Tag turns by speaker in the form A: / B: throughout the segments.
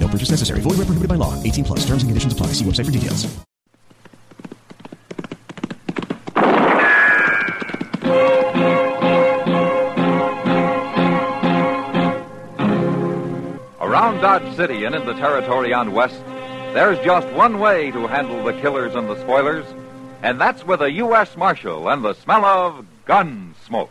A: No purchase necessary. Void where prohibited by law. 18 plus. Terms and conditions apply. See website for details.
B: Around Dodge City and in the territory on West, there's just one way to handle the killers and the spoilers, and that's with a U.S. Marshal and the smell of gun smoke.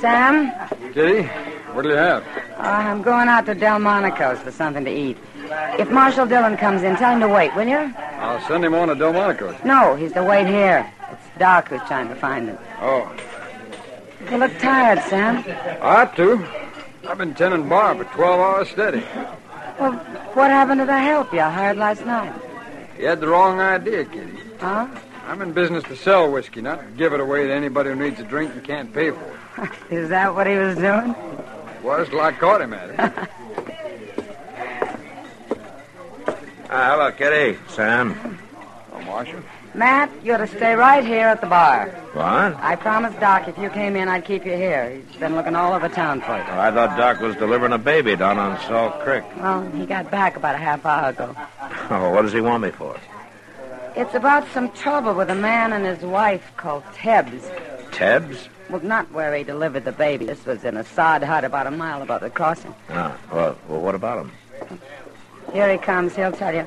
C: Sam,
D: Kitty, what'll you have?
C: uh, I'm going out to Delmonico's for something to eat. If Marshal Dillon comes in, tell him to wait, will you?
D: I'll send him on to Delmonico's.
C: No, he's to wait here. It's Doc who's trying to find him.
D: Oh,
C: You look tired, Sam.
D: I ought to. I've been tending bar for 12 hours steady.
C: Well, what happened to the help you hired last night?
D: You had the wrong idea, Kitty.
C: Huh?
D: I'm in business to sell whiskey, not to give it away to anybody who needs a drink and can't pay for it.
C: Is that what he was doing?
D: Was till I caught him at it.
E: Ah, hello, Kitty. Sam.
D: Oh, Marshal.
C: Matt, you're to stay right here at the bar.
E: What?
C: I promised Doc if you came in, I'd keep you here. He's been looking all over town for you.
E: I thought Doc was delivering a baby down on Salt Creek.
C: Well, he got back about a half hour ago.
E: Oh, what does he want me for?
C: It's about some trouble with a man and his wife called Tebbs.
E: Tebs?
C: Well, not where he delivered the baby. This was in a sod hut about a mile above the crossing.
E: Ah, well, well, what about him?
C: Here he comes. He'll tell you.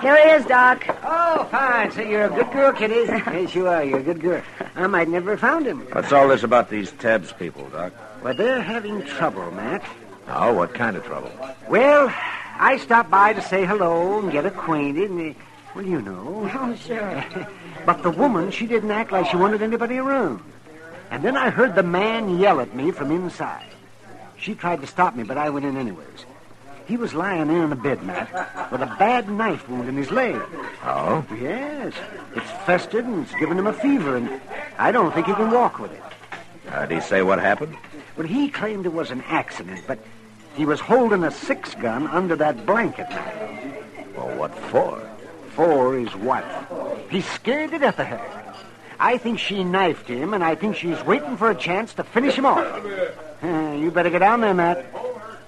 C: Here he is, Doc.
F: Oh, fine. So you're a good girl, Kitty. yes, you are. You're a good girl. I might never have found him.
E: What's all this about these Tebs people, Doc?
F: But they're having trouble, Matt.
E: Oh, what kind of trouble?
F: Well, I stopped by to say hello and get acquainted, and, uh, well, you know.
C: Oh, sure.
F: But the woman, she didn't act like she wanted anybody around. And then I heard the man yell at me from inside. She tried to stop me, but I went in anyways. He was lying there in a bed, Matt, with a bad knife wound in his leg.
E: Oh?
F: Yes, it's festered and it's given him a fever, and I don't think he can walk with it.
E: Uh, did he say what happened?
F: Well, he claimed it was an accident, but he was holding a six gun under that blanket mat
E: Well, what for?
F: for his wife. He scared to death of her. I think she knifed him, and I think she's waiting for a chance to finish him off. Uh, you better get down there, Matt.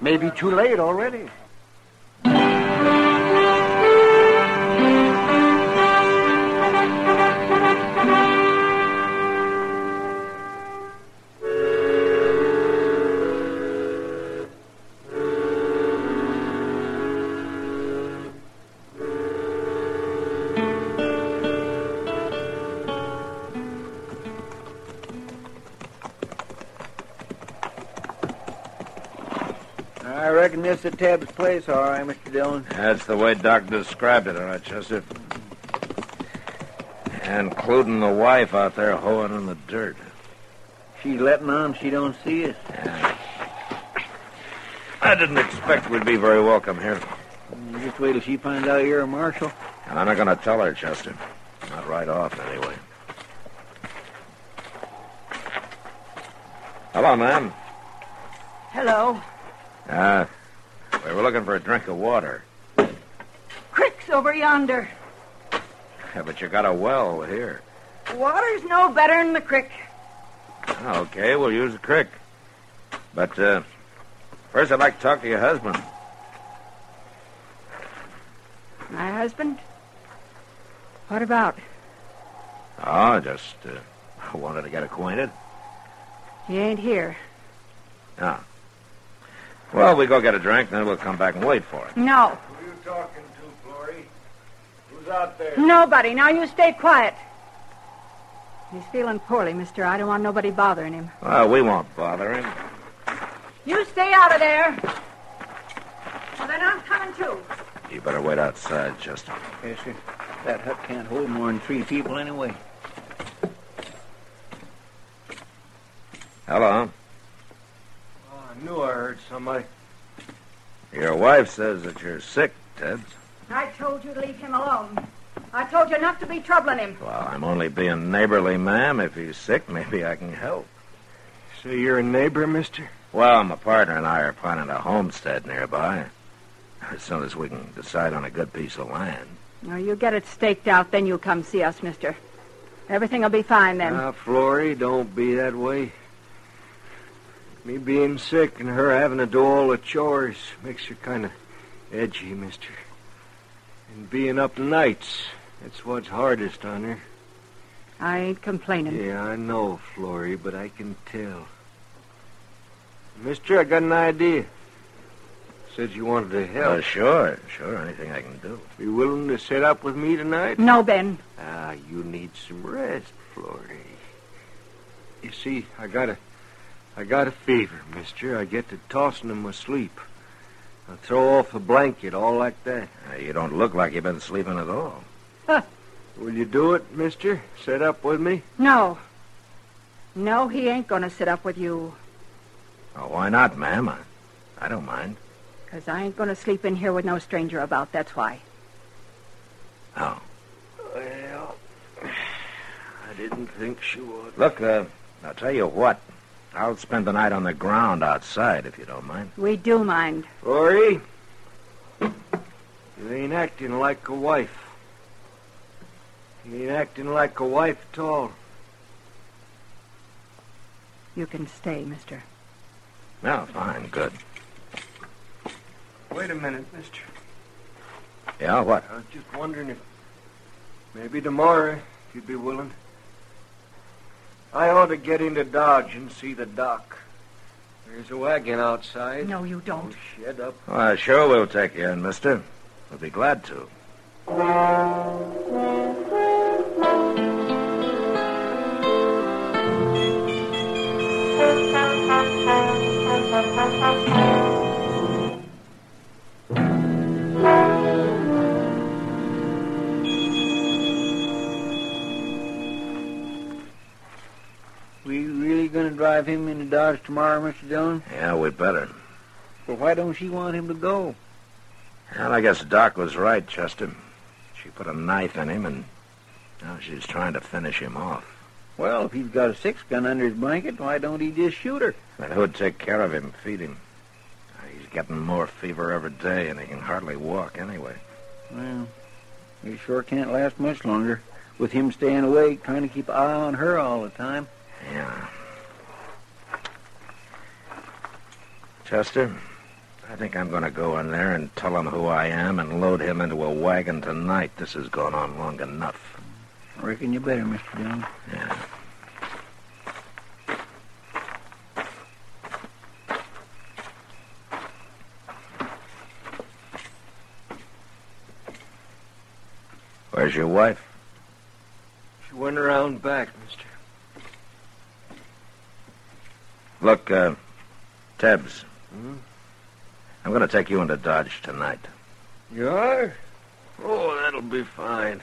F: Maybe too late already.
G: reckon this is Teb's place, all right, Mr. Dillon.
F: That's the way Doc described it, all right, Chester. Including the wife out there hoeing in the dirt.
G: She's letting on she don't see us.
F: I didn't expect we'd be very welcome here.
G: Just wait till she finds out you're a marshal.
F: And I'm not going to tell her, Chester. Not right off, anyway. Hello, ma'am.
C: Hello.
F: Uh, we were looking for a drink of water.
C: Crick's over yonder.
F: Yeah, but you got a well here.
C: Water's no better'n the crick.
F: Ah, Okay, we'll use the creek. But uh, first, I'd like to talk to your husband.
C: My husband? What about?
F: Oh, just uh, wanted to get acquainted.
C: He ain't here.
F: Ah. Well, we go get a drink, then we'll come back and wait for him.
C: No.
G: Who you talking to, Florrie? Who's out there?
C: Nobody. Now you stay quiet. He's feeling poorly, mister. I don't want nobody bothering him.
F: Well, we won't bother him.
C: You stay out of there. Well, then I'm coming too.
F: You better wait outside, Chester.
G: Yes, sir. That hut can't hold more than three people anyway.
F: Hello.
H: Oh, I knew I heard somebody.
F: Your wife says that you're sick, Ted.
C: I told you to leave him alone. I told you not to be troubling him.
F: Well, I'm only being neighborly, ma'am. If he's sick, maybe I can help.
H: So you're a neighbor, mister?
F: Well, my partner and I are planning a homestead nearby. As soon as we can decide on a good piece of land.
C: Now you get it staked out, then you come see us, mister. Everything will be fine then.
F: Uh,
H: Now, Florrie, don't be that way. Me being sick and her having to do all the chores makes her kind of edgy, mister. And being up nights, that's what's hardest on her.
C: I ain't complaining.
H: Yeah, I know, Florrie, but I can tell. Mister, I got an idea. Said you wanted to help.
F: Oh, sure, sure. Anything I can do.
H: Be willing to sit up with me tonight?
C: No, Ben.
H: Ah, you need some rest, Florrie. You see, I got a, I got a fever, mister. I get to tossing in my sleep. I throw off the blanket, all like that.
F: Uh, You don't look like you've been sleeping at all.
H: Will you do it, mister? Sit up with me?
C: No. No, he ain't going to sit up with you,
F: Oh, why not, ma'am? I, I don't mind.
C: 'cause I ain't going to sleep in here with no stranger about, that's why.
F: Oh.
H: Well, I didn't think she would.
F: Look, uh, I'll tell you what. I'll spend the night on the ground outside, if you don't mind.
C: We do mind.
H: Florrie, you ain't acting like a wife. You ain't acting like a wife at all.
C: You can stay, mister.
F: Well, fine, good.
H: Wait a minute, mister.
F: Yeah, what?
H: I was just wondering if maybe tomorrow, if you'd be willing. I ought to get into Dodge and see the doc. There's a wagon outside.
C: No, you don't.
H: Oh, shut up.
F: Why, sure we'll take you in, mister. We'll be glad to.
G: We really gonna drive him into Dodge tomorrow, Mr. Dillon?
F: Yeah, we better.
G: Well, why don't she want him to go?
F: Well, I guess Doc was right, Chester. She put a knife in him, and now she's trying to finish him off.
G: Well, if he's got a six gun under his blanket, why don't he just shoot her?
F: But who'd take care of him, feed him? Ah, He's getting more fever every day, and he can hardly walk anyway.
G: Well, he sure can't last much longer. With him staying awake, trying to keep an eye on her all the time.
F: Yeah. Chester, I think I'm going to go in there and tell him who I am and load him into a wagon tonight. This has gone on long enough.
G: I reckon you better, Mr. Dillon.
F: Yeah. Where's your wife?
H: She went around back, mister.
F: Look, uh, Tebbs.
H: Hmm?
C: I'm going to take you into Dodge tonight.
F: You are? Oh, that'll be fine.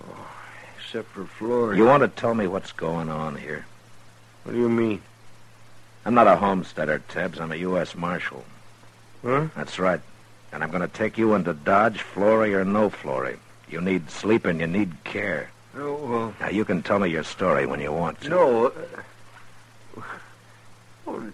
F: Oh, except for Florida.
C: You want to tell me what's going on here?
F: What do you mean?
C: I'm not a homesteader, Tibbs. I'm a U.S. Marshal.
F: Huh?
C: That's right. And I'm going to take you into Dodge, Flory or no Flory. You need sleep and you need care.
F: Oh, well.
C: Now, you can tell me your story when you want to.
F: No. uh, well,